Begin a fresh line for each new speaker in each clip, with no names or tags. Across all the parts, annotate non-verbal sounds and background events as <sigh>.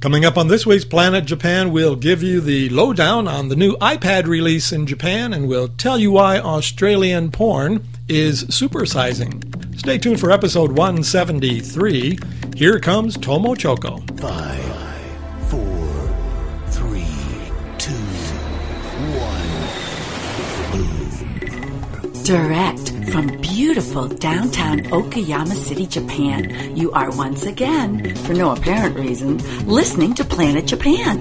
Coming up on this week's Planet Japan, we'll give you the lowdown on the new iPad release in Japan and we'll tell you why Australian porn is supersizing. Stay tuned for episode 173. Here comes Tomo Choco.
Five, four, three, two, one.
Direct from beautiful downtown Okayama City, Japan, you are once again, for no apparent reason, listening to Planet Japan.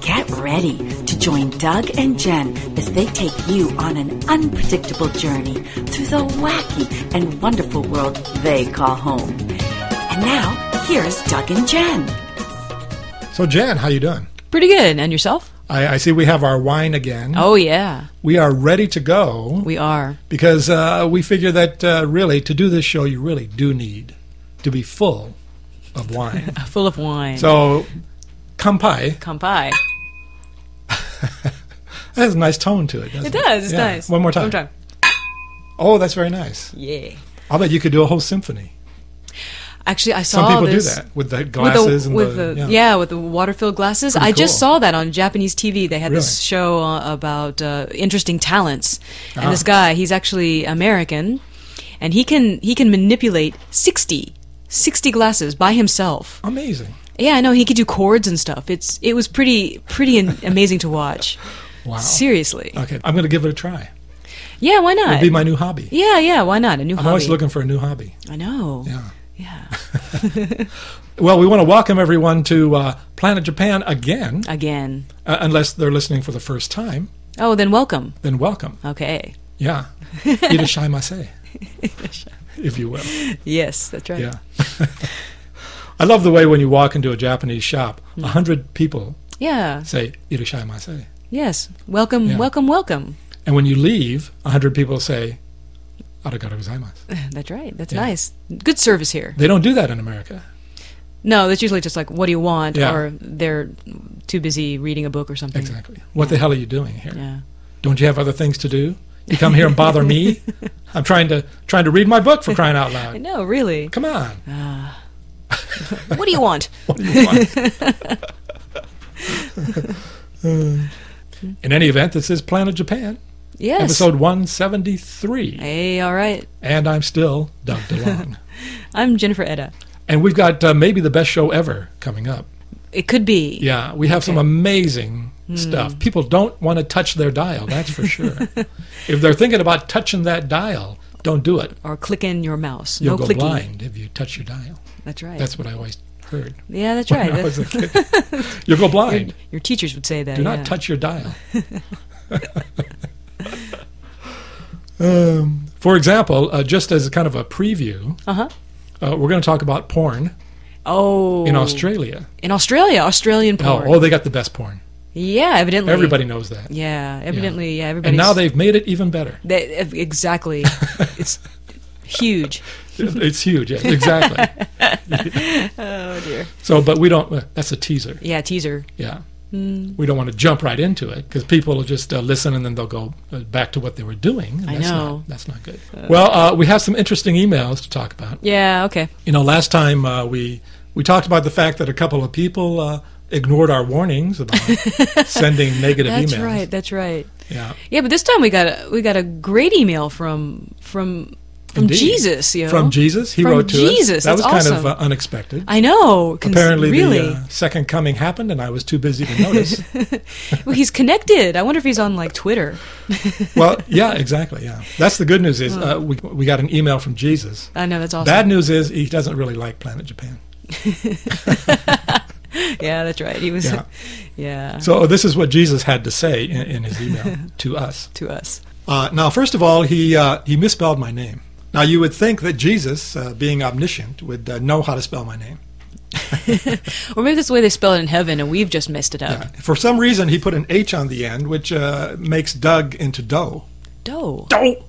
Get ready to join Doug and Jen as they take you on an unpredictable journey through the wacky and wonderful world they call home. And now, here's Doug and Jen.
So Jan, how you doing?
Pretty good. And yourself?
I, I see we have our wine again.
Oh, yeah.
We are ready to go
We are.
because uh, we figure that uh, really to do this show, you really do need to be full of
<laughs>
wine.
Full of wine.
so, kampai.
Kampai.
That has a nice tone to it. Doesn't
It
it
does. It's
Yeah.
nice.
One more time.
One time.
Oh, that's very nice.
Yeah.
I'll bet you could do a whole symphony.
Actually, I saw
Some people
this
do that with the
Oh, with
glasses and
with
the,
yeah. with the water-filled glasses.
Pretty
I just
cool.
saw that on Japanese TV. They had this
Really?
show uh, about uh, interesting talents, and
Ah.
this guy, he's actually American, and he can he can manipulate 60, 60 glasses by himself.
Amazing.
Yeah, I know he could do chords and stuff. It's it was pretty pretty an- amazing to watch.
<laughs> Wow.
Seriously.
Okay, I'm going to give it a try.
Yeah, why not?
It'll be my new hobby.
Yeah, yeah, why not? A new
I'm
hobby.
always looking for a new hobby.
I know.
Yeah.
Yeah.
<laughs> Well, we want to welcome everyone to uh, Planet Japan again.
Again.
Uh, unless they're listening for the first time,
Oh, then welcome.
then welcome.
Okay. <laughs>
Yeah. Irashaimase, if you will.
Yes, that's right.
Yeah. <laughs> I love the way when you walk into a Japanese shop, a hundred people
Yeah.
say Irashaimase.
Yes. Welcome,
Yeah.
welcome, welcome.
And when you leave, a hundred people say arigato gozaimasu.
That's right. That's
Yeah.
nice. Good service here.
They don't do that in America.
No, that's usually just like what do you want
Yeah.
or they're too busy reading a book or something.
Exactly. What the hell are you doing here?
Mm. Yeah.
Don't you have other things to do? You come here and bother
<laughs>
me? I'm trying to trying to read my book for crying out
I <laughs>
loud.
know,
<laughs>
really.
Come on.
What do you want?
What do you want? In any event, this is Planet Japan,
Yes.
episode 173,
Hey, all right.
and I'm still Doug
<laughs>
DeLong.
I'm Jennifer Edda.
and we've got uh, maybe the best show ever coming up.
It could be.
Yeah, we have some
Okay. Hmm.
amazing stuff. People don't want to touch their dial, that's for
<laughs>
sure. if they're thinking about touching that dial, don't do it.
Or click in your mouse.
You'll
no
go
clicking.
blind if you touch your dial.
That's right.
That's what I always heard. <laughs>
yeah, that's
when
right.
I was a
That's-
kid. You'll go blind.
your, your teachers would say that.
Do
yeah.
not touch your
<laughs>
dial. <laughs> um, for example, uh, just as kind of a preview,
Uh-huh.
uh, we're going to talk about porn
Oh.
in Australia.
In Australia, Australian
Oh,
porn.
oh, they got the best porn.
yeah, evidently.
Everybody knows that.
Yeah, evidently. Yeah, everybody.
And now they've made it even
<laughs>
better.
They,
<laughs>
ev- exactly. it's huge.
It's huge. Yeah, exactly.
<laughs> Oh dear.
so, but we don't, uh, that's a teaser.
Yeah, teaser.
Yeah.
Hmm.
We don't want to jump right into it because people will just uh, listen and then they'll go uh, back to what they were doing. and
I
that's
know.
Not, that's not good. well, uh, we have some interesting emails to talk about.
Yeah. Okay.
You know, last time uh, we we talked about the fact that a couple of people uh, ignored our warnings
<laughs>
about sending negative
That's
emails.
right. That's right.
Yeah,
Yeah, but this time we got a we got a great email from from from
Indeed.
Jesus. You know?
from Jesus, he
From
wrote to us.
Jesus,
That
that's
was kind of uh,
awesome.
unexpected.
I know. cons-
Apparently,
really,
the uh, second coming happened, and I was too busy to
<laughs>
notice.
Well, he's connected. I wonder if he's on like Twitter.
well, yeah, exactly. Yeah, that's the good news. Is uh, we we got an email from Jesus.
I know that's awesome.
Bad news is he doesn't really like Planet Japan.
yeah, that's right. He was.
Yeah.
<laughs> Yeah.
So this is what Jesus had to say in, in his
<laughs>
email to us.
to us.
Uh, now, first of all, he uh, he misspelled my name. Now, you would think that Jesus, uh, being omniscient, would uh, know how to spell my name.
Or maybe that's the way they spell it in heaven, and we've just messed it up.
For some reason, he put an H on the end, which uh, makes Doug into Doe.
Dough.
Doe.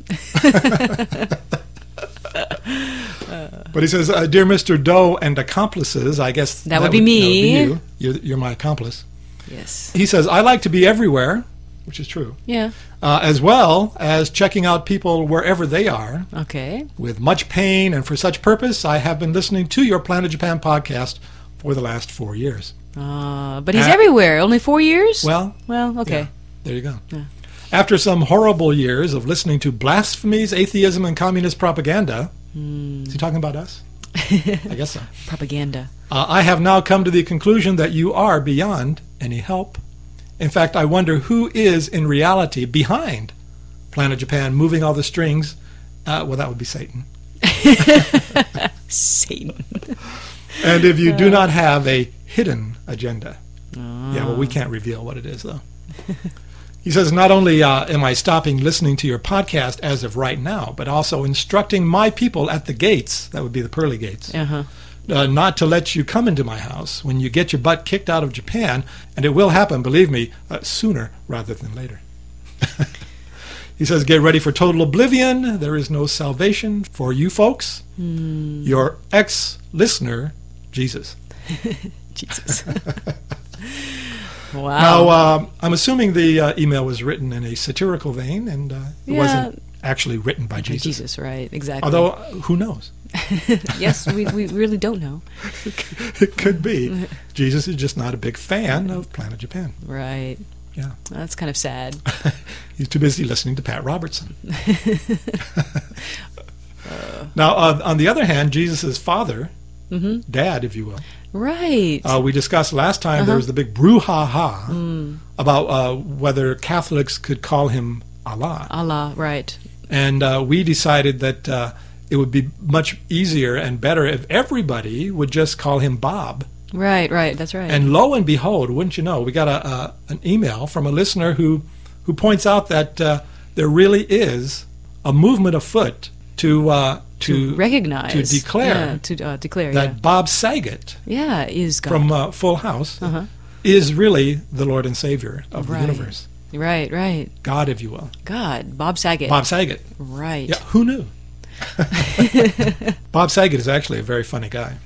but he says, uh, "Dear Mr. Doe and accomplices, I guess
That would be me.
that would be you. You're, you're my accomplice."
Yes.
He says, "I like to be everywhere." Which is true,
Yeah.
uh, as well as checking out people wherever they are,
Okay.
With much pain and for such purpose, I have been listening to your Planet Japan podcast for the last four years.
Uh, but he's
Uh,
everywhere. Only four years?
Well,
well, okay.
there you go. After some horrible years of listening to blasphemies, atheism, and communist propaganda, is he talking about us? I guess so.
Propaganda.
Uh, I have now come to the conclusion that you are beyond any help. In fact, I wonder who is in reality behind Planet Japan moving all the strings. Uh, well, that would be Satan.
Satan.
And if you do not have a hidden agenda, yeah, well, we can't reveal what it is, though. he says, Not only uh, am I stopping listening to your podcast as of right now, but also instructing my people at the gates, that would be the pearly gates, <laughs>
Uh-huh.
uh, not to let you come into my house when you get your butt kicked out of Japan, and it will happen, believe me, uh, sooner rather than later. <laughs> he says, Get ready for total oblivion. There is no salvation for you folks. Your ex listener, Jesus. <laughs>
Jesus. wow.
Now, uh, I'm assuming the uh, email was written in a satirical vein and uh, it
Yeah.
wasn't actually written by
Jesus.
Jesus.
right? Exactly.
Although, uh, who <laughs> knows?
yes, we, we really don't know.
it could <laughs> be. Jesus is just not a big fan of Planet Japan.
Right.
Yeah.
That's kind of sad.
<laughs> He's too busy listening to Pat Robertson. <laughs> now, uh, on the other hand, Jesus' father, dad, if you will,
Right.
uh, we discussed last time there was the big brouhaha about uh, whether Catholics could call him Allah.
Allah, right.
And uh, we decided that uh, it would be much easier and better if everybody would just call him Bob.
Right, right. That's right.
And lo and behold, wouldn't you know, we got a, a an email from a listener who who points out that uh, there really is a movement afoot to uh, to,
to recognize.
to declare
Yeah, to uh, declare,
that Bob Saget
yeah. Yeah, is God.
from uh, Full House is really the Lord and Savior of
Right.
the universe,
right, right.
God, if you will.
God. Bob Saget.
Bob Saget.
Right.
Yeah, who knew? <laughs> Bob Saget is actually a very funny guy.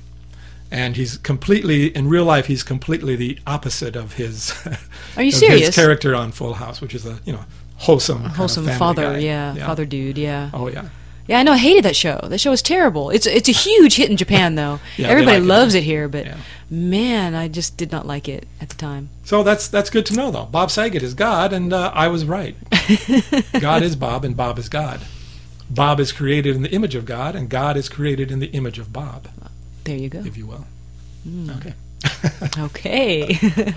And he's completely in real life. He's completely the opposite of his.
<laughs> Are you
of His
serious?
character on Full House, which is a you know wholesome, kind of
Wholesome
family
father,
guy.
yeah, Father dude, yeah.
Oh yeah.
Yeah, I know I hated that show. That show was terrible. It's it's a huge hit in Japan though.
<laughs> Yeah, they
Everybody
like it
loves
now.
it here, but
Yeah.
man, I just did not like it at the time.
So that's that's good to know though. Bob Saget is God, and uh, I was right.
<laughs>
God is Bob, and Bob is God. Bob is created in the image of God, and God is created in the image of Bob,
There you go.
if you will.
Hmm.
Okay. <laughs>
<laughs> Okay.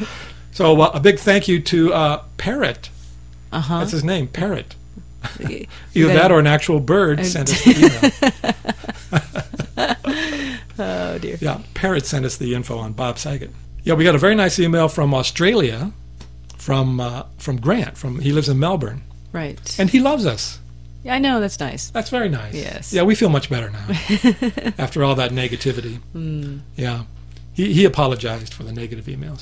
So uh, a big thank you to uh, Parrot.
uh huh.
That's his name, Parrot.
Either
Either that or an actual bird
Uh,
sent us the email.
Oh dear.
yeah, Parrot sent us the info on Bob Saget. Yeah, we got a very nice email from Australia, from uh, from Grant. From he lives in Melbourne,
Right.
and he loves us.
Yeah, I know that's nice.
That's very nice.
Yes.
Yeah, we feel much better now after all that negativity. Yeah, he he apologized for the negative emails.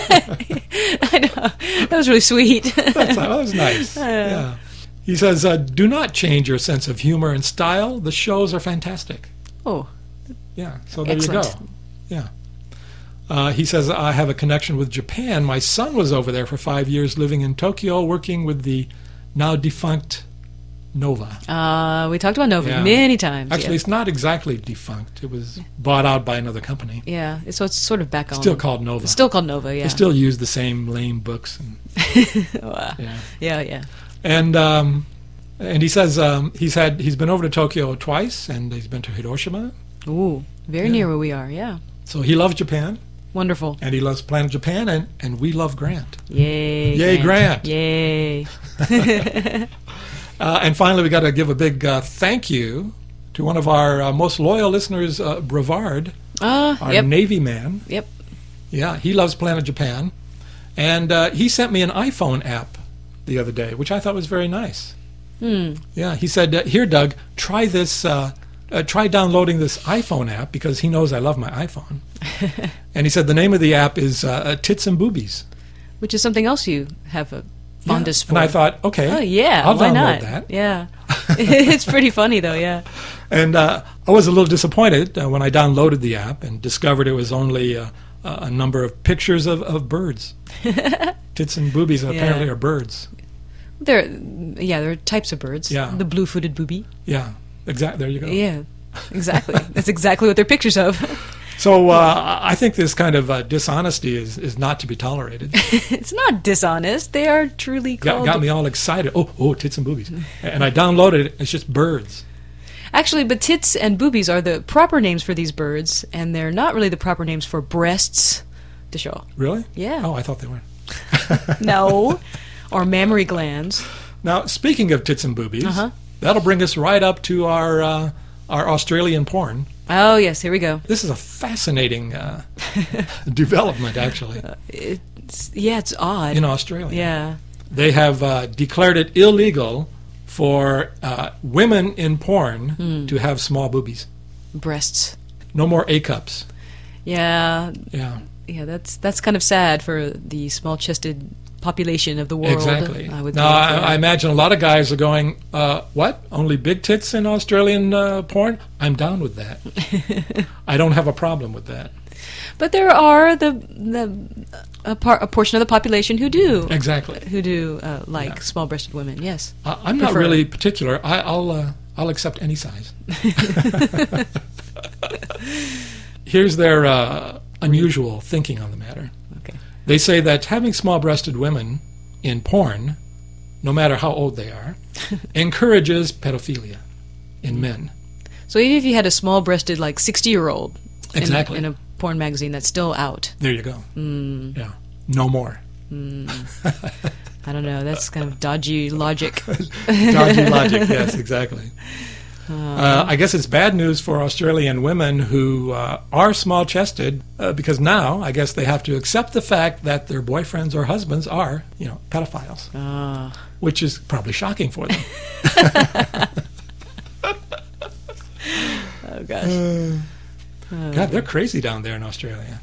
I know. That was
<laughs>
really sweet. <laughs>
That's, that was nice. Yeah. He says, uh, "Do not change your sense of humor and style. The shows are fantastic."
oh,
Yeah, so there you go.
Excellent.
Yeah. Uh, he says, I have a connection with Japan. My son was over there for five years living in Tokyo, working with the now defunct Nova.
uh, we talked about Nova
Yeah.
many times.
Actually,
yeah.
it's not exactly defunct, it was bought out by another company.
yeah. it's- So it's sort of back on.
Still called Nova.
Um, Still called Nova. Yeah.
They still use the same lame books. And,
<laughs> Wow.
yeah.
yeah, yeah.
and um, and he says um, he's had he's been over to Tokyo twice, and he's been to Hiroshima.
Ooh, very near where we are. Yeah.
So he loves Japan,
Wonderful.
and he loves Planet Japan, and, and we love Grant.
Yay.
Yay, Grant.
Yay.
Uh, and finally, we got to give a big uh, thank you to one of our uh, most loyal listeners, uh, Brevard,
Uh,
our
yep.
Navy man.
Yep.
Yeah, he loves Planet Japan. And uh, he sent me an iPhone app the other day, which I thought was very nice.
Hmm.
Yeah, he said, uh, Here, Doug, try this. Uh, uh, try downloading this iPhone app because he knows I love my
<laughs>
iPhone. and he said the name of the app is uh, uh, Tits and Boobies.
Which is something else you have a fondness for.
And I thought, okay,
oh yeah,
I'll
why
download
not?
that.
Yeah.
<laughs>
<laughs> it's pretty funny though. Yeah.
And uh, I was a little disappointed uh, when I downloaded the app and discovered it was only uh, a a number of pictures of, of birds. Tits and boobies apparently are birds.
There, yeah, there are types of birds.
Yeah. Oh.
The blue-footed booby.
Yeah, exactly. There you go. <laughs>
Yeah, exactly. That's exactly what they're pictures of. <laughs>
So uh, I think this kind of uh, dishonesty is, is not to be tolerated.
it's not dishonest. They are truly
Got,
called.
got me all excited. Oh, oh, tits and boobies. And I downloaded it. It's just birds.
Actually, but tits and boobies are the proper names for these birds, and they're not really the proper names for breasts,
<laughs>
to show.
Really?
Yeah.
Oh, I thought they were.
No. or mammary glands.
Now, speaking of tits and boobies, that'll bring us right up to our uh, our Australian porn.
Oh, yes, here we go.
This is a fascinating
<laughs>
uh, development, actually,
It's, yeah, it's odd.
in Australia.
yeah.
They have uh, declared it illegal for uh, women in porn
Hmm.
to have small boobies.
Breasts.
No more A cups.
Yeah.
Yeah.
Yeah, that's that's kind of sad for the small-chested population of the world.
Exactly.
I would
now,
think,
I,
yeah.
I imagine a lot of guys are going, uh, "What? Only big tits in Australian uh, porn? I'm down with
<laughs>
that. I don't have a problem with that."
But there are the the a, par- a portion of the population who do
Exactly.
who do uh, like
Yeah.
small-breasted women. Yes.
I, I'm not
Prefer-
really particular. I, I'll uh, I'll accept any
<laughs>
size. Here's their uh, unusual thinking on the matter.
Okay.
They say that having small-breasted women in porn, no matter how old they
<laughs>
are, encourages pedophilia
Mm.
in men.
So even if you had a small-breasted like 60-year-old in-
Exactly.
in, a Mm. porn magazine that's still out.
There you go. Yeah. No more.
I don't know. That's kind of
<laughs>
dodgy logic.
Dodgy logic. Yes, exactly. Uh, I guess it's bad news for Australian women who uh, are small chested uh, because now I guess they have to accept the fact that their boyfriends or husbands are, you know, pedophiles,
Uh. Ah,
which is probably shocking for them.
Oh gosh.
God, they're crazy down there in Australia.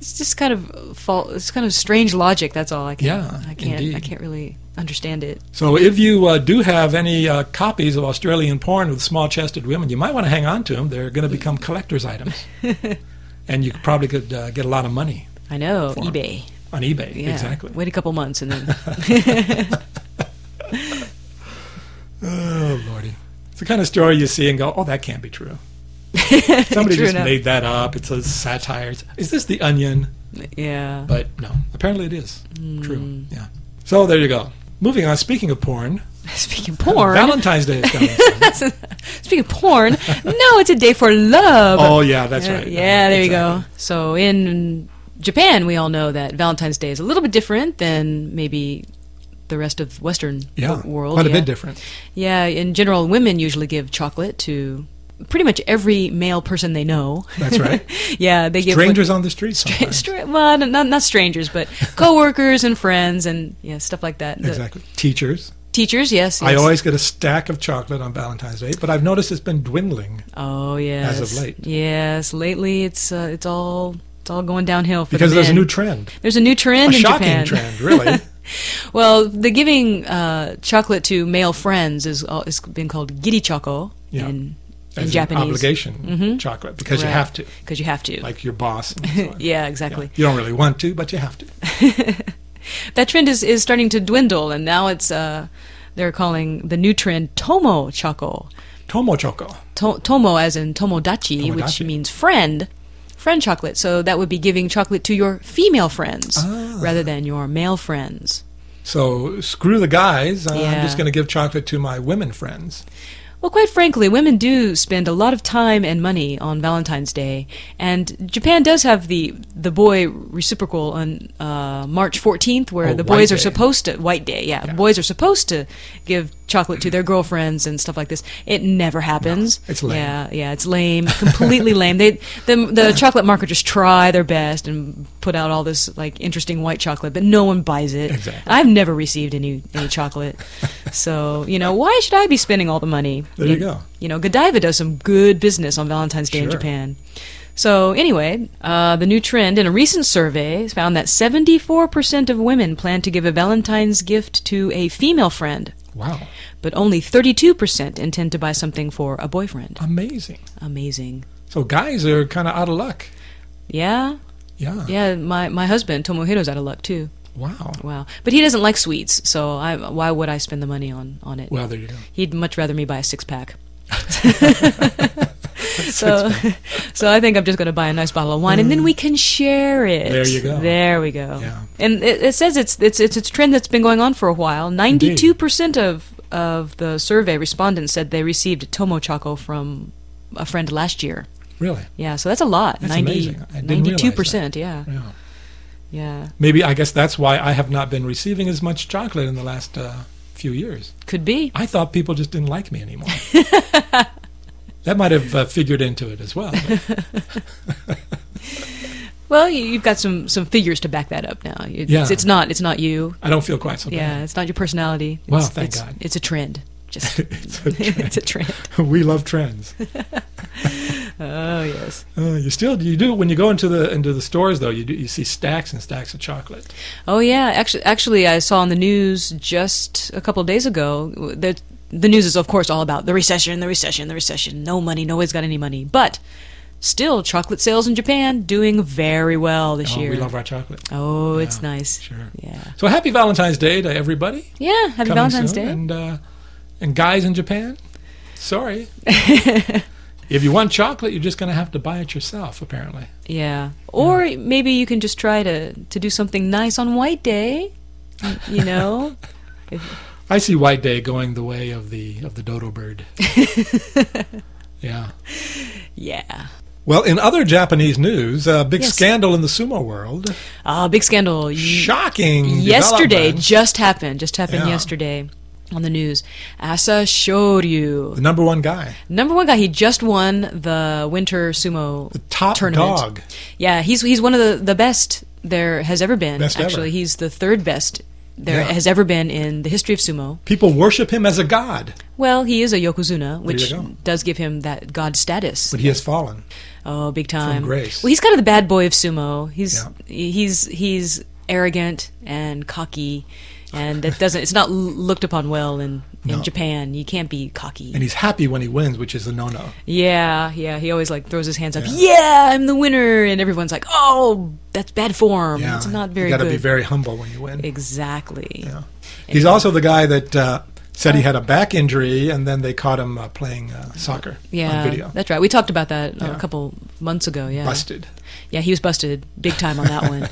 It's just kind of fault. It's kind of strange logic. That's all I can.
Yeah,
I can't. I
indeed.
can't really understand it.
So if you uh, do have any uh, copies of Australian porn with small chested women, you might want to hang on to them. They're going to become collector's items. and you probably could uh, get a lot of money
I know
Form.
eBay.
on eBay.
Yeah.
Exactly.
Wait a couple months and
<laughs>
then.
Oh lordy, it's the kind of story you see and go, "Oh, that can't be
<laughs>
true." Somebody
True
just
enough.
made that up. It's a satire. It's- Is this the Onion?
yeah.
But no, apparently it is
Hmm.
true. Yeah. So there you go. Moving on. Speaking of porn,
Speaking of porn.
Valentine's Day is
<laughs>
coming. soon.
Speaking of porn, no, it's a day for love.
oh yeah, that's
Uh,
right.
yeah, there you go. So in Japan, we all know that Valentine's Day is a little bit different than maybe the rest of Western
Yeah,
w- world.
quite a
yeah.
bit different.
Yeah, in general, women usually give chocolate to pretty much every male person they know.
That's right.
<laughs> yeah, they give
Strangers on the street.
<laughs> Stra-
sometimes.
stra- well, n- not not
<laughs>
strangers, but coworkers and friends and yeah, stuff like that. The
Exactly. Teachers.
Teachers, yes,
I
yes.
always get a stack of chocolate on Valentine's Day, but I've noticed it's been dwindling
Oh yes.
late.
Yes, lately it's uh, it's all it's all going downhill for
because
the
there's a
men.
new trend,
There's a new trend
a
in
shocking
Japan.
trend,
<laughs>
really.
Well, the giving uh, chocolate to male friends is al- is been called giri choco
Yeah.
in,
as
in
an
Japanese Mm-hmm.
obligation chocolate because you have to,
because you have to.
like your boss.
<laughs>
And so on.
yeah,
Yeah.
exactly.
You don't really want to, but you have to.
That trend is, is starting to dwindle, and now it's uh, they're calling the new trend tomo choco.
Tomo choco.
to- tomo as in tomodachi, which
Tomodachi.
means friend, friend chocolate. So that would be giving chocolate to your female friends rather than your male friends.
So screw the guys. uh, I'm
Yeah.
just going to give chocolate to my women friends.
Well, quite frankly, women do spend a lot of time and money on Valentine's Day, and Japan does have the the boy reciprocal on uh, March 14th, where
Oh,
the
White
boys are
Day.
supposed to White Day, yeah, boys are supposed to give chocolate to their girlfriends and stuff like this. It never happens.
it's lame.
Yeah, yeah, it's lame, completely lame. They the the chocolate market just try their best and put out all this like interesting white chocolate, but no one buys it.
Exactly.
I've never received any any chocolate, so you know why should I be spending all the money?
There you go.
You know, Godiva does some good business on Valentine's Day in
Sure.
Japan. So, anyway, uh, the new trend in a recent survey found that 74% of women plan to give a Valentine's gift to a female friend,
Wow,
but only 32% intend to buy something for a boyfriend.
amazing.
Amazing.
So guys are kind of out of luck.
Yeah?
Yeah.
Yeah, my, my husband, Tomohiro's out of luck too.
Wow.
Wow. But he doesn't like sweets, so I, why would I spend the money on, on it?
Well, there you go. <laughs>
He'd much rather me buy a six pack. so, so I think I'm just going to buy a nice bottle of wine, and then we can share it.
Mm. There you go.
There we go.
Yeah.
And it, it says it's it's it's it's a trend that's been going on for a while. Ninety-two percent of of the survey respondents said they received Tomo Choco from a friend last year.
Really?
Yeah, so that's a lot.
That's
Ninety
amazing. I didn't realize
ninety-two percent. Yeah,
Yeah.
yeah,
Maybe I guess that's why I have not been receiving as much chocolate in the last uh, few years.
could be.
I thought people just didn't like me
<laughs>
anymore. that might have uh, figured into it as well. but
Well, you, you've got some some figures to back that up now. It's,
Yeah.
it's not it's not you.
I don't feel quite so
Yeah, it's not your personality.
Wow,
it's,
thank
it's,
God.
It's a trend.
<laughs>
Just <laughs>
It's a trend.
it's a trend.
bad. we love trends.
Oh yes.
Uh, you still you do when you go into the into the stores though. You do, you see stacks and stacks of chocolate.
Oh yeah. Actually, actually, I saw on the news just a couple of days ago that the news is of course all about the recession, the recession, the recession. No money. Nobody's got any money. But still, chocolate sales in Japan doing very well this
Oh,
year.
we love our chocolate.
oh,
Yeah,
it's nice.
Sure.
Yeah.
So happy Valentine's Day to everybody.
Yeah. Happy
coming
Valentine's
soon.
Day.
And uh, and guys in Japan,
<laughs>
sorry. if you want chocolate, you're just going to have to buy it yourself. Apparently,
Yeah. Or maybe you can just try to, to do something nice on White Day. y- You know? <laughs>
I see White Day going the way of the of the dodo
<laughs>
bird. yeah.
yeah.
Well, in other Japanese news, a big
Yes.
scandal in the sumo world.
Ah, big scandal. Y-
Shocking.
yesterday
development.
just happened. Just happened
Yeah.
yesterday on the news. Asa Shoryu.
the number one guy,
Number one guy, he just won the winter sumo
the top
tournament.
dog.
Yeah, he's he's one of the, the best there has ever been.
Best ever.
actually, he's the third best there
Yeah.
has ever been in the history of sumo.
People worship him as a god,
Well, he is a yokozuna, which
go.
does give him that god status.
but he has fallen.
Oh, big time!
grace.
Well, he's kind of the bad boy of sumo. He's
Yeah.
he's he's arrogant and cocky, and that doesn't. it's not l- looked upon well in in
No.
Japan. You can't be cocky.
And he's happy when he wins, which is a no no.
yeah, yeah. He always like throws his hands up. Yeah, I'm the winner, and everyone's like, "Oh, that's bad form.
Yeah.
It's not very
you got to
good."
be very humble when you win.
exactly.
Yeah. He's also the guy that uh, said he had a back injury, and then they caught him uh, playing uh, soccer
Yeah,
on video.
that's right. We talked about that uh,
Yeah.
a couple months ago. Yeah,
Busted.
Yeah, he was busted big time on
<laughs>
that one.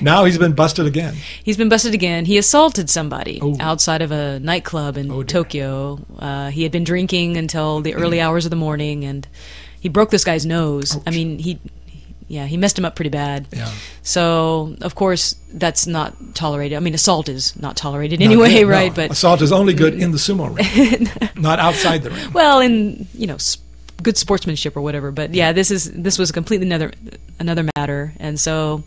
Now he's been busted again.
He's been busted again. He assaulted somebody
Oh.
outside of a nightclub in
Oh, dear. Mm.
Tokyo. Uh, he had been drinking until the early hours of the morning, and he broke this guy's nose. I mean, he, yeah, he messed him up pretty bad.
Yeah.
So, of course, that's not tolerated. I mean, assault is not tolerated <laughs> anyway,
Not good, no.
<laughs> right? But
assault is only good in the
<laughs>
sumo ring, not outside the ring.
well in you know s good sportsmanship or whatever but yeah this is this was completely another another matter and so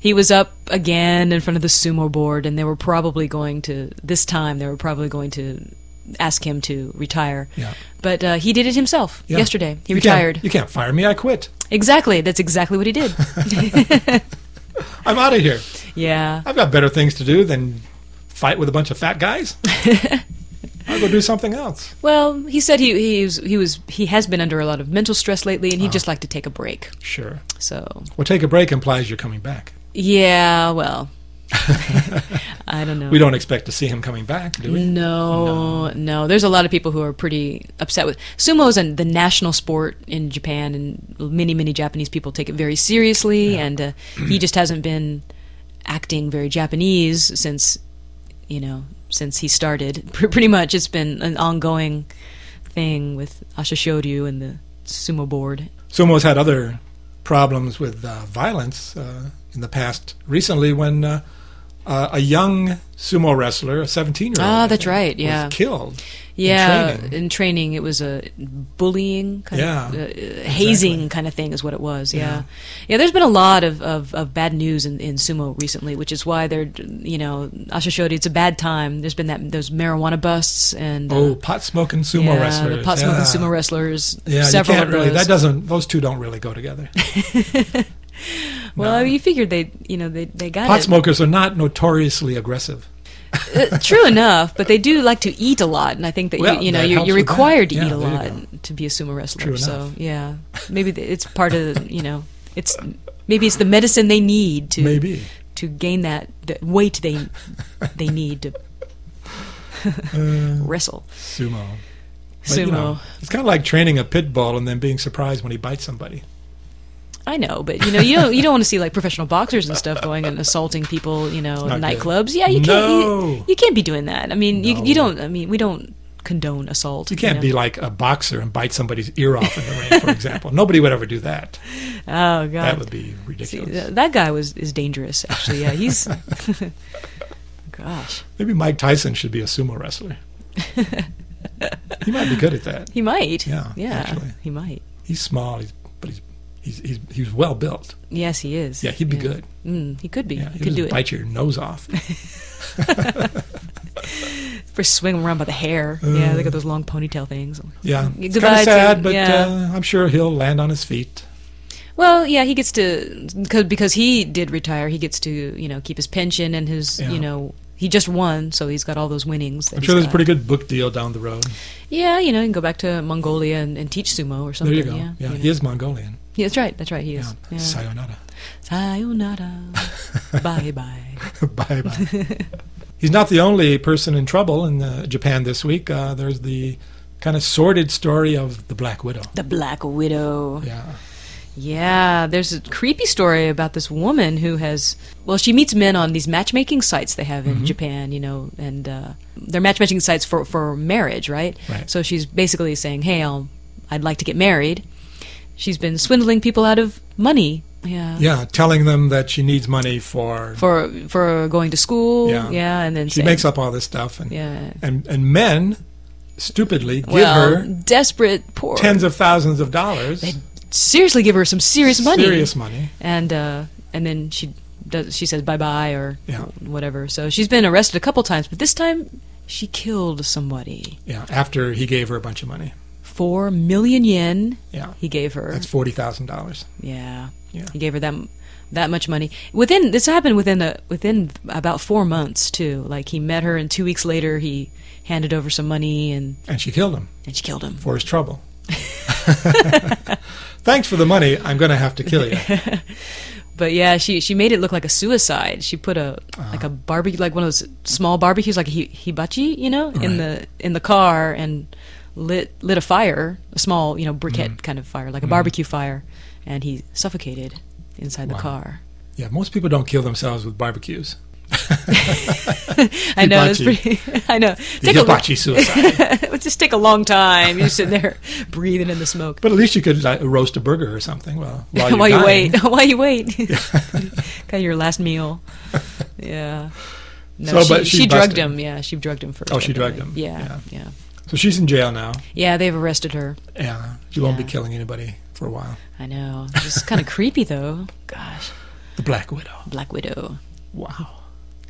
he was up again in front of the sumo board and they were probably going to this time they were probably going to ask him to retire
Yeah.
but uh, he did it himself
Yeah.
yesterday he
You can't-
retired
you can't fire me. I quit.
exactly that's exactly what he
<laughs>
did
I'm out of here.
yeah
I've got better things to do than fight with a bunch of fat
<laughs>
guys. I'll go do something else.
well he said he he was, he was he has been under a lot of mental stress lately
Uh-huh.
and he'd just like to take a break
Sure.
so
Well, take a break implies you're coming back.
yeah well
<laughs>
<laughs> i don't know
We don't expect to see him coming back, do we?
No, no, There's a lot of people who are pretty upset with sumo is an, the national sport in Japan, and many, many Japanese people take it very seriously. And uh, he just hasn't been acting very Japanese since, you know, since he started. <laughs> Pre- pretty much, it's been an ongoing thing with Asha Shoryu and the sumo board.
Sumo's had other problems with uh, violence uh, in the past. Recently, when uh, uh, a young sumo wrestler, a 17 year old,
Ah, that's right, yeah.
was killed.
Yeah, in
training.
training, it was a bullying, kind of, uh,
Yeah,
uh, hazing kind of thing is what it was. Yeah, yeah. there's been a lot of, of, of bad news in, in sumo recently, which is why they're you know Ashishori. It's a bad time. There's been that those marijuana busts and uh,
Oh, pot smoking sumo
yeah,
wrestlers.
the pot smoking
yeah.
sumo wrestlers.
Yeah,
several
you can't
of
really.
those.
That doesn't. Those two don't really go together.
well, you figured they you know they they got
Pot
it.
smokers are not notoriously aggressive.
Uh, True enough, but they do like to eat a lot, and I think that
Well,
you, you know
that
you're,
helps
you're
with that.
required to
Yeah,
eat a
there you
lot to be a sumo wrestler.
True
so
enough.
yeah, maybe th- it's part of you know it's maybe it's the medicine they need to
Maybe.
to gain that the weight they they need to wrestle.
Sumo. Uh, But, you know,
Sumo.
it's kind of like training a pit bull and then being surprised when he bites somebody.
I know, but you know, you don't you don't want to see like professional boxers and stuff going and assaulting people, you know,
not
in
good.
nightclubs. Yeah, you can't
No.
you, you can't be doing that. I mean, you you
No.
don't. I mean, we don't condone assault. Oh,
You can't be like a boxer and bite somebody's ear off in the ring, for example. Nobody would ever do that.
<laughs> be. Oh God,
That would be
See,
ridiculous.
th- that guy was is dangerous. Actually, yeah,
<laughs>
he's. <laughs> Gosh,
Maybe Mike Tyson should be a sumo
<laughs>
wrestler. he might be good at that.
he might.
Yeah, actually.
he might.
He's small, he's, but he's, he's, he's, he's well built.
Yes, he is.
Yeah, he'd be good.
Mm, he could be.
Yeah, he
he could
would
do it.
bite your nose off.
First, swing him around by the hair. yeah,
Uh.
they got those long ponytail things. <laughs>
Yeah, it's kind
Goodbye
of
to-
sad, but
yeah.
uh, I'm sure he'll land on his feet.
Well, yeah, he gets to because because he did retire, he gets to you know keep his pension and his
Yeah.
you know he just won, so he's got all those winnings. That
I'm sure there's
he's
a
got.
pretty good book deal down the road.
Yeah, you know, he can go back to Mongolia and, and teach sumo or
There
something.
you go.
Yeah,
Yeah,
you know.
he is Mongolian.
Yeah, that's right. That's right. He
Yeah.
is. Yeah.
Sayonara. <laughs>
Sayonara. bye bye.
bye bye. He's not the only person in trouble in uh, Japan this week. Uh, there's the kind of sordid story of the Black Widow.
The Black Widow.
Yeah.
Yeah, there's a creepy story about this woman who has. Well, she meets men on these matchmaking sites they have in
Mm-hmm.
Japan, you know, and uh, they're matchmaking sites for, for marriage, right?
Right.
So she's basically saying, hey, I'll, I'd like to get married. She's been swindling people out of money. Yeah.
Yeah, telling them that she needs money for.
For for going to school,
Yeah.
and then
she
saying-
makes up all this stuff. And,
Yeah.
and, and men stupidly give
well,
her
desperate, poor,
tens of thousands of dollars.
seriously, give her some serious money,
Serious money.
and uh, and then she does she says bye bye or
Yeah.
whatever. So she's been arrested a couple times, but this time she killed somebody.
Yeah, after he gave her a bunch of money.
Four million yen
Yeah.
he gave her.
That's forty thousand dollars.
yeah.
Yeah.
he gave her that m- that much money within. This happened within a within about four months too. Like he met her, and two weeks later he handed over some money and
And she killed him
and she killed him.
for his
<laughs>
trouble. <laughs> Thanks for the money. I'm going to have to kill you.
But yeah, she she made it look like a suicide. She put a
Uh-huh.
like a barbecue, like one of those small barbecues, like a hi- hibachi, you know, in the in the car and lit lit a fire, a small you know
Mm-hmm.
briquette kind of fire, like a barbecue fire, and he suffocated inside the car.
Yeah, most people don't kill themselves with barbecues.
I know, it's
Hibachi.
pretty. <laughs> I know.
The
Take a lo-
hibachi
<laughs>
suicide.
it would just take a long time. You're sitting there <laughs> breathing in the smoke
But at least you could like, roast a burger or something while, <laughs>
<laughs>
while, you're
while you
dying.
wait. while you
<laughs>
wait, <laughs> kind of your last meal. Yeah. No,
So, but
she,
she
she drugged
busted.
him. Yeah, she drugged him first.
Oh, she
I
drugged
believe.
him.
Yeah, yeah, yeah.
So she's in jail now.
they've arrested her.
Yeah, she won't be
Yeah.
killing anybody for a while.
I know. It's kind of <laughs> creepy though. Gosh,
The Black Widow.
Black Widow.
Wow.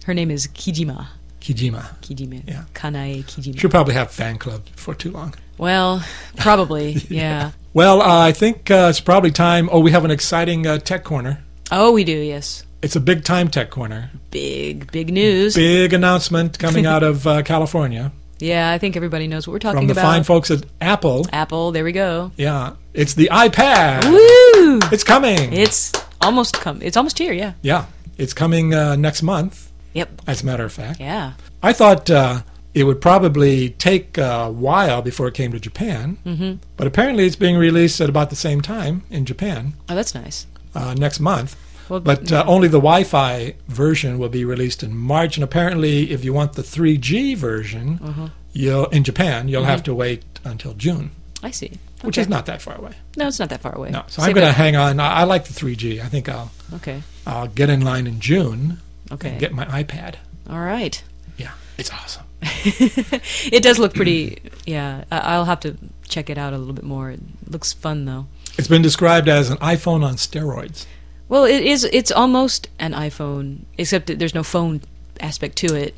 Her name is Kijima.
Kijima.
Kijima.
Yeah.
Kanae Kijima.
She'll probably have fan club for too long.
Well,
<laughs>
probably. yeah.
Well, uh, I think uh, it's probably time. Oh, we have an exciting uh, tech corner.
Oh, we do. Yes.
It's a big time tech corner.
Big, big news.
Big announcement coming out of uh, California
Yeah, I think everybody knows what we're talking
from the
about.
fine folks at Apple.
Apple. There we go.
Yeah, it's the iPad.
Woo!
<laughs> It's coming.
It's almost come. It's almost here. Yeah.
yeah, it's coming uh, next month,
Yep.
as a matter of fact.
Yeah.
I thought uh, it would probably take a while before it came to Japan, mm-hmm. but apparently it's being released at about the same time in Japan
Oh, that's nice.
uh, next month.
Well,
but uh, only the Wi Fi version will be released in March. And apparently, if you want the 3G version you'll, in Japan, you'll have to wait until June,
I see.
which is not that far away.
No, it's not that far away.
No, so I'm
Save
going to
it.
hang on. I, I like the 3G. I think I'll
Okay.
I'll get in line in June
Okay.
and get my iPad.
All right.
Yeah, it's awesome.
It does look pretty. yeah, I- I'll have to check it out a little bit more. It looks fun though.
It's been described as an iPhone on steroids.
Well, it is. It's almost an iPhone, except that there's no phone aspect to it.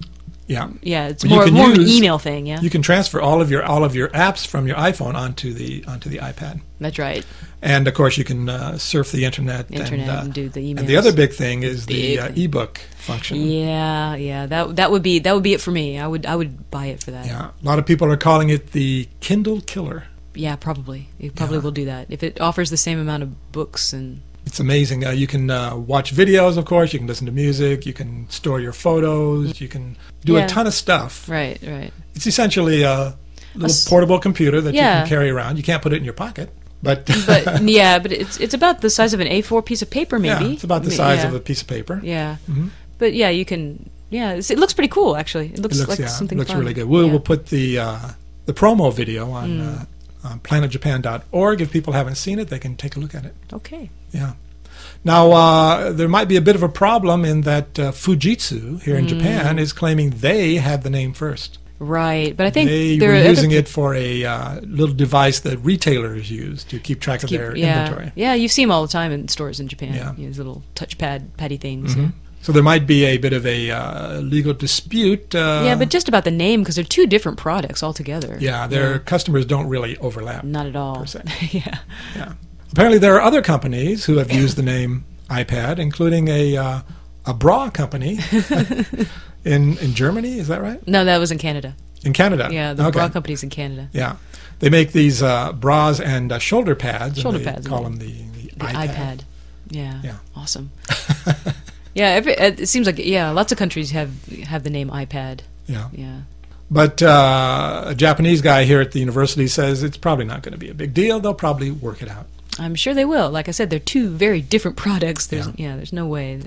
Yeah,
Yeah, it's
But
more, more of an
use-
email thing. Yeah,
You can transfer all of your all of your apps from your iPhone onto the onto the iPad,
that's right.
and of course you can uh, surf the internet.
Internet
and, uh,
and do the
And the
emails.
other big thing is the
Big
uh,
thing.
ebook function.
Yeah, yeah. That that would be that would be it for me. I would I would buy it for that.
Yeah, a lot of people are calling it the Kindle killer.
Yeah, probably. It probably will do that if it offers the same amount of books and
It's amazing. Uh, you can uh, watch videos, of course. You can listen to music. You can store your photos. You can do
Yeah.
a ton of stuff.
right, right.
It's essentially a, little portable computer that you
Yeah.
can carry around. You can't put it in your pocket, but,
but yeah, but it's it's about the size of an A4 piece of
<laughs>
paper,
yeah,
maybe.
it's about the
Ma-
size
yeah.
of a Mm-hmm. piece of paper.
Yeah, but yeah, you can. Yeah, it's, it looks pretty cool actually. It
It
looks,
looks
like
yeah,
something
looks
fun.
really good. We'll,
Yeah. Mm.
we'll put the uh, the promo video on, uh, on planetjapan.org. If people haven't seen it, they can take a look at it.
okay.
Yeah. Now uh, there might be a bit of a problem in that uh, Fujitsu here
Mm.
in Japan is claiming they had the name first.
Right, but I think
they
there
were
are other
using
peop-
it for a uh, little device that retailers use to keep track of
keep-
their
yeah,
inventory.
Yeah, you see them all the time in stores in Japan.
Yeah. Mm-hmm.
These little touchpad patty things.
So there might be a bit of a uh, legal dispute. Uh,
Yeah. yeah, but just about the name because they're two different products altogether.
yeah, their customers don't really overlap.
Not at all.
Per se.
<laughs> yeah.
Apparently, there are other companies who have used the name iPad, including a uh, a bra
<laughs>
company in in Germany. Is that right?
No, that was in Canada.
In Canada?
Yeah, the
okay.
bra companies in Canada.
Yeah, they make these uh, bras and uh, shoulder pads.
Shoulder
and they
pads,
Call
yeah.
them the, the,
The
iPad.
iPad. Yeah.
Yeah.
Awesome.
<laughs>
yeah, every, it seems like yeah, lots of countries have have the name iPad.
Yeah.
Yeah.
But uh, a Japanese guy here at the university says it's probably not going to be a big deal. They'll probably work it out.
I'm sure they will. Like I said, they're two very different <laughs> products. There's
Yeah.
yeah, there's no way.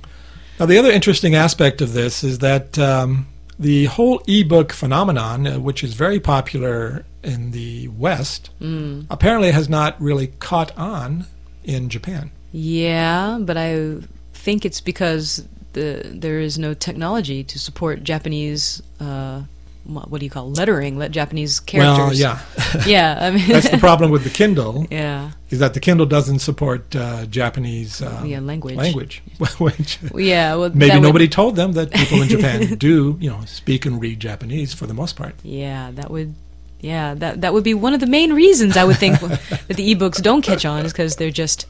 Now, the other interesting aspect of this is that um, the whole ebook phenomenon, uh, which is very popular in the West,
Mm.
apparently has not really caught on in Japan.
Yeah, but I think it's because the there is no technology to support Japanese uh wha- what do you call it? lettering, let Japanese
Well,
characters.
yeah,
<laughs>
<laughs>
Yeah, I mean
that's the problem with the Kindle.
<laughs> Yeah.
Is that the Kindle doesn't support uh, Japanese um,
Yeah, language. <laughs>
language, <laughs> which
Yeah, well
maybe
that would-
nobody told them that people in
<laughs>
Japan do, you know, speak and read Japanese for the most part.
Yeah, that would. Yeah, that that would be one of the main reasons I would
<laughs>
think that the ebooks don't catch on is because they're just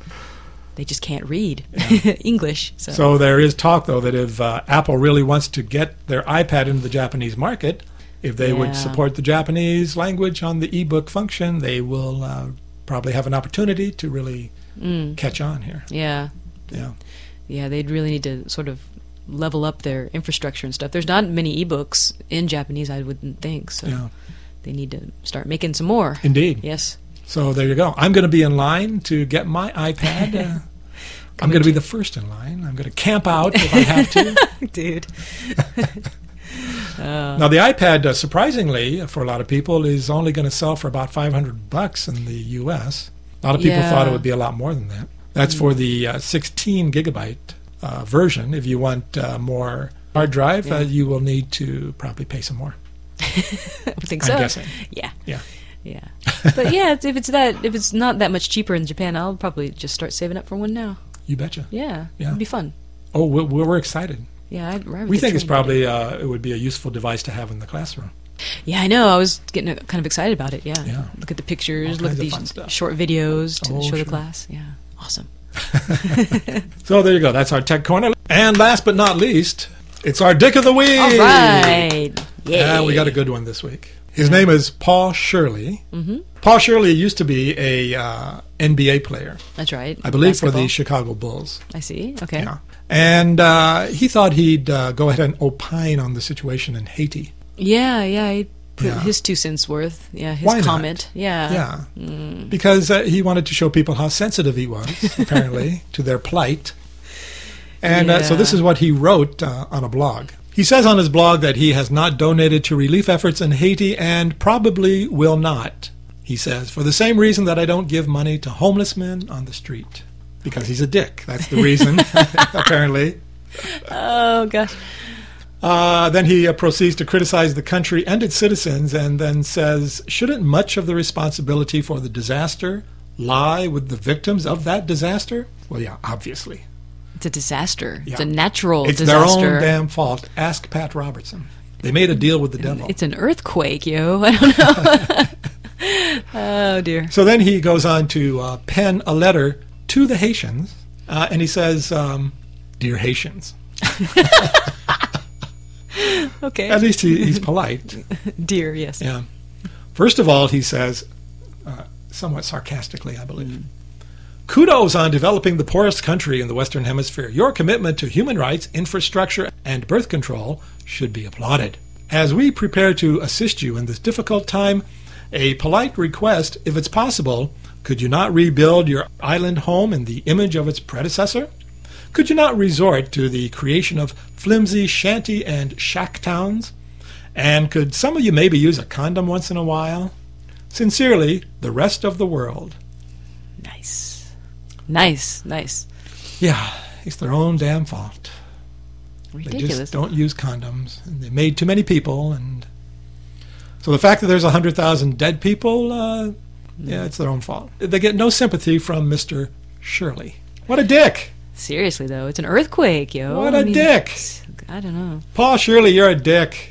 they just can't read <laughs> English. So,
So there is talk, though, that if uh, Apple really wants to get their iPad into the Japanese market, if they
Yeah.
would support the Japanese language on the ebook function, they will uh, probably have an opportunity to really catch on here.
yeah,
Yeah,
yeah, they'd really need to sort of level up their infrastructure and stuff. There's not many ebooks in Japanese, I wouldn't think. So
yeah,
they need to start making some more.
indeed.
Yes.
So there you go. I'm going to be in line to get my iPad. <laughs> Uh, I'm going to be the first in line. I'm going to camp out if I have to.
Dude.
Now the iPad, uh, surprisingly uh, for a lot of people, is only going to sell for about 500 bucks in the U.S. A lot of people
Yeah.
thought it would be a lot more than that. That's for the uh, 16 gigabyte uh, version. If you want uh, more hard drive, uh, you will need to probably pay some more.
<laughs> I think
I'm
so.
guessing.
Yeah.
Yeah. <laughs>
Yeah. but yeah, it's- if it's that if it's not that much cheaper in Japan, I'll probably just start saving up for one now.
You betcha.
Yeah.
Yeah.
It'd be fun.
Oh, we're, we're excited.
Yeah, I, I would
We
get
think it's
trained.
probably uh, it would be a useful device to have in the classroom.
Yeah, I know. I was getting uh, kind of excited about it. Yeah.
Yeah.
Look at the
All
pictures.
kinds
Look at
of
these
fun stuff.
short videos to
Oh,
show
sure.
the class. Yeah. Awesome.
So there you go. That's our tech corner. And last but not least, it's our dick of the week.
All right.
Yeah, we got a good one this week. His name is Paul Shirley. Mm-hmm. Paul Shirley used to be a uh, NBA player,
That's right.
I believe, for the
Basketball.
Chicago Bulls.
I see. Okay.
Yeah, and uh, he thought he'd uh, go ahead and opine on the situation in Haiti.
Yeah. Yeah. I put
Yeah.
his two cents worth. Yeah. His
Why not?
comment. Yeah.
yeah, because uh, he wanted to show people how sensitive he was, apparently, to their plight. And uh, so
Yeah.
this is what he wrote uh, on a blog. He says on his blog that he has not donated to relief efforts in Haiti and probably will not. He says, for the same reason that I don't give money to homeless men on the street. Because he's a dick. That's the reason, <laughs> apparently.
Oh gosh.
Uh, then he uh, proceeds to criticize the country and its citizens and then says, shouldn't much of the responsibility for the disaster lie with the victims of that disaster? Well, yeah, obviously.
It's a disaster. It's a
Yeah.
natural
It's
disaster.
their own damn fault. Ask Pat Robertson. They made a deal with the devil.
<laughs> it's an earthquake, yo. <laughs> I don't know. <laughs> oh dear.
So then he goes on to uh, pen a letter to the Haitians, uh, and he says, um, "Dear Haitians."
Okay.
At least he,
<laughs>
he's polite.
dear. Yes.
Yeah. First of all, he says, uh, somewhat sarcastically, I believe, kudos on developing the poorest country in the Western Hemisphere. Your commitment to human rights, infrastructure, and birth control should be applauded. As we prepare to assist you in this difficult time, a polite request if it's possible. Could you not rebuild your island home in the image of its predecessor? Could you not resort to the creation of flimsy shanty and shack towns? And could some of you maybe use a condom once in a while? Sincerely, the rest of the world.
Nice. Nice, nice.
Yeah, it's their own damn fault. They
Ridiculous.
just don't use condoms. And they made too many people, and so the fact that there's hundred thousand dead people, uh, yeah, it's their own fault. They get no sympathy from Mister Shirley. What a dick!
Seriously though, it's an earthquake, yo.
What
a
a dick!
I don't know.
Paul Shirley, you're a dick.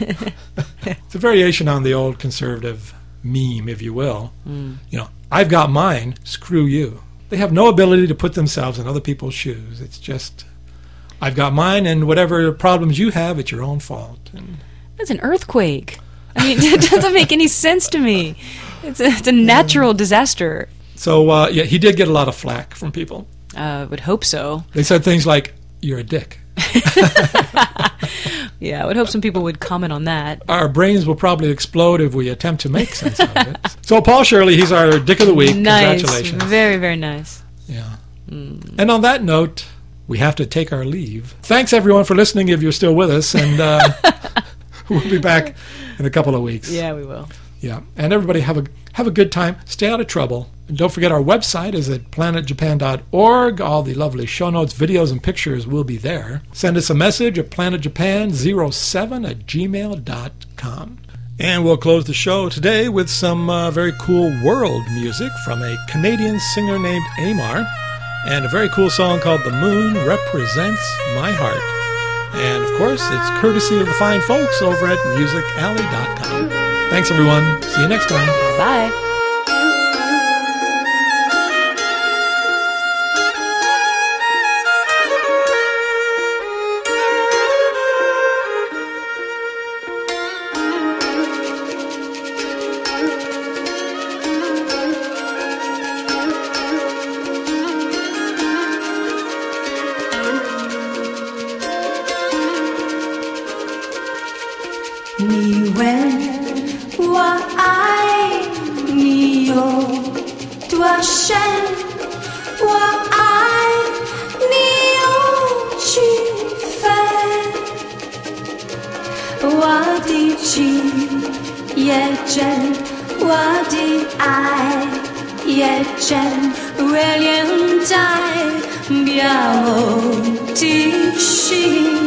it's a variation on the old conservative meme, if you will. You know, I've got mine. Screw you. They have no ability to put themselves in other people's shoes. It's just, I've got mine, and whatever problems you have, it's your own fault. And
It's an earthquake. I mean, <laughs> it doesn't make any sense to me. It's a, it's a natural disaster.
so, uh, yeah, he did get a lot of flack from people.
Uh, would hope so.
They said things like, "You're a dick."
Yeah, I would hope some people would comment on that.
Our brains will probably explode if we attempt to make sense of it. So, Paul Shirley, he's our dick of the week.
Nice.
Congratulations.
Very, very nice.
Yeah. And on that note, we have to take our leave. Thanks everyone for listening if you're still with us, and uh, <laughs> we'll be back in a couple of weeks.
Yeah, we will.
Yeah. And everybody have a have a good time. Stay out of trouble. And don't forget our website is at planetjapan.org. All the lovely show notes, videos, and pictures will be there. Send us a message at planetjapan07 at gmail.com. And we'll close the show today with some uh, very cool world music from a Canadian singer named Amar and a very cool song called The Moon Represents My Heart. And of course, it's courtesy of the fine folks over at musicalley.com. Thanks, everyone. See you next time.
Bye.
你问我爱你有多深，我爱你有几分，我的情也真，我的爱也真，为连在表的心。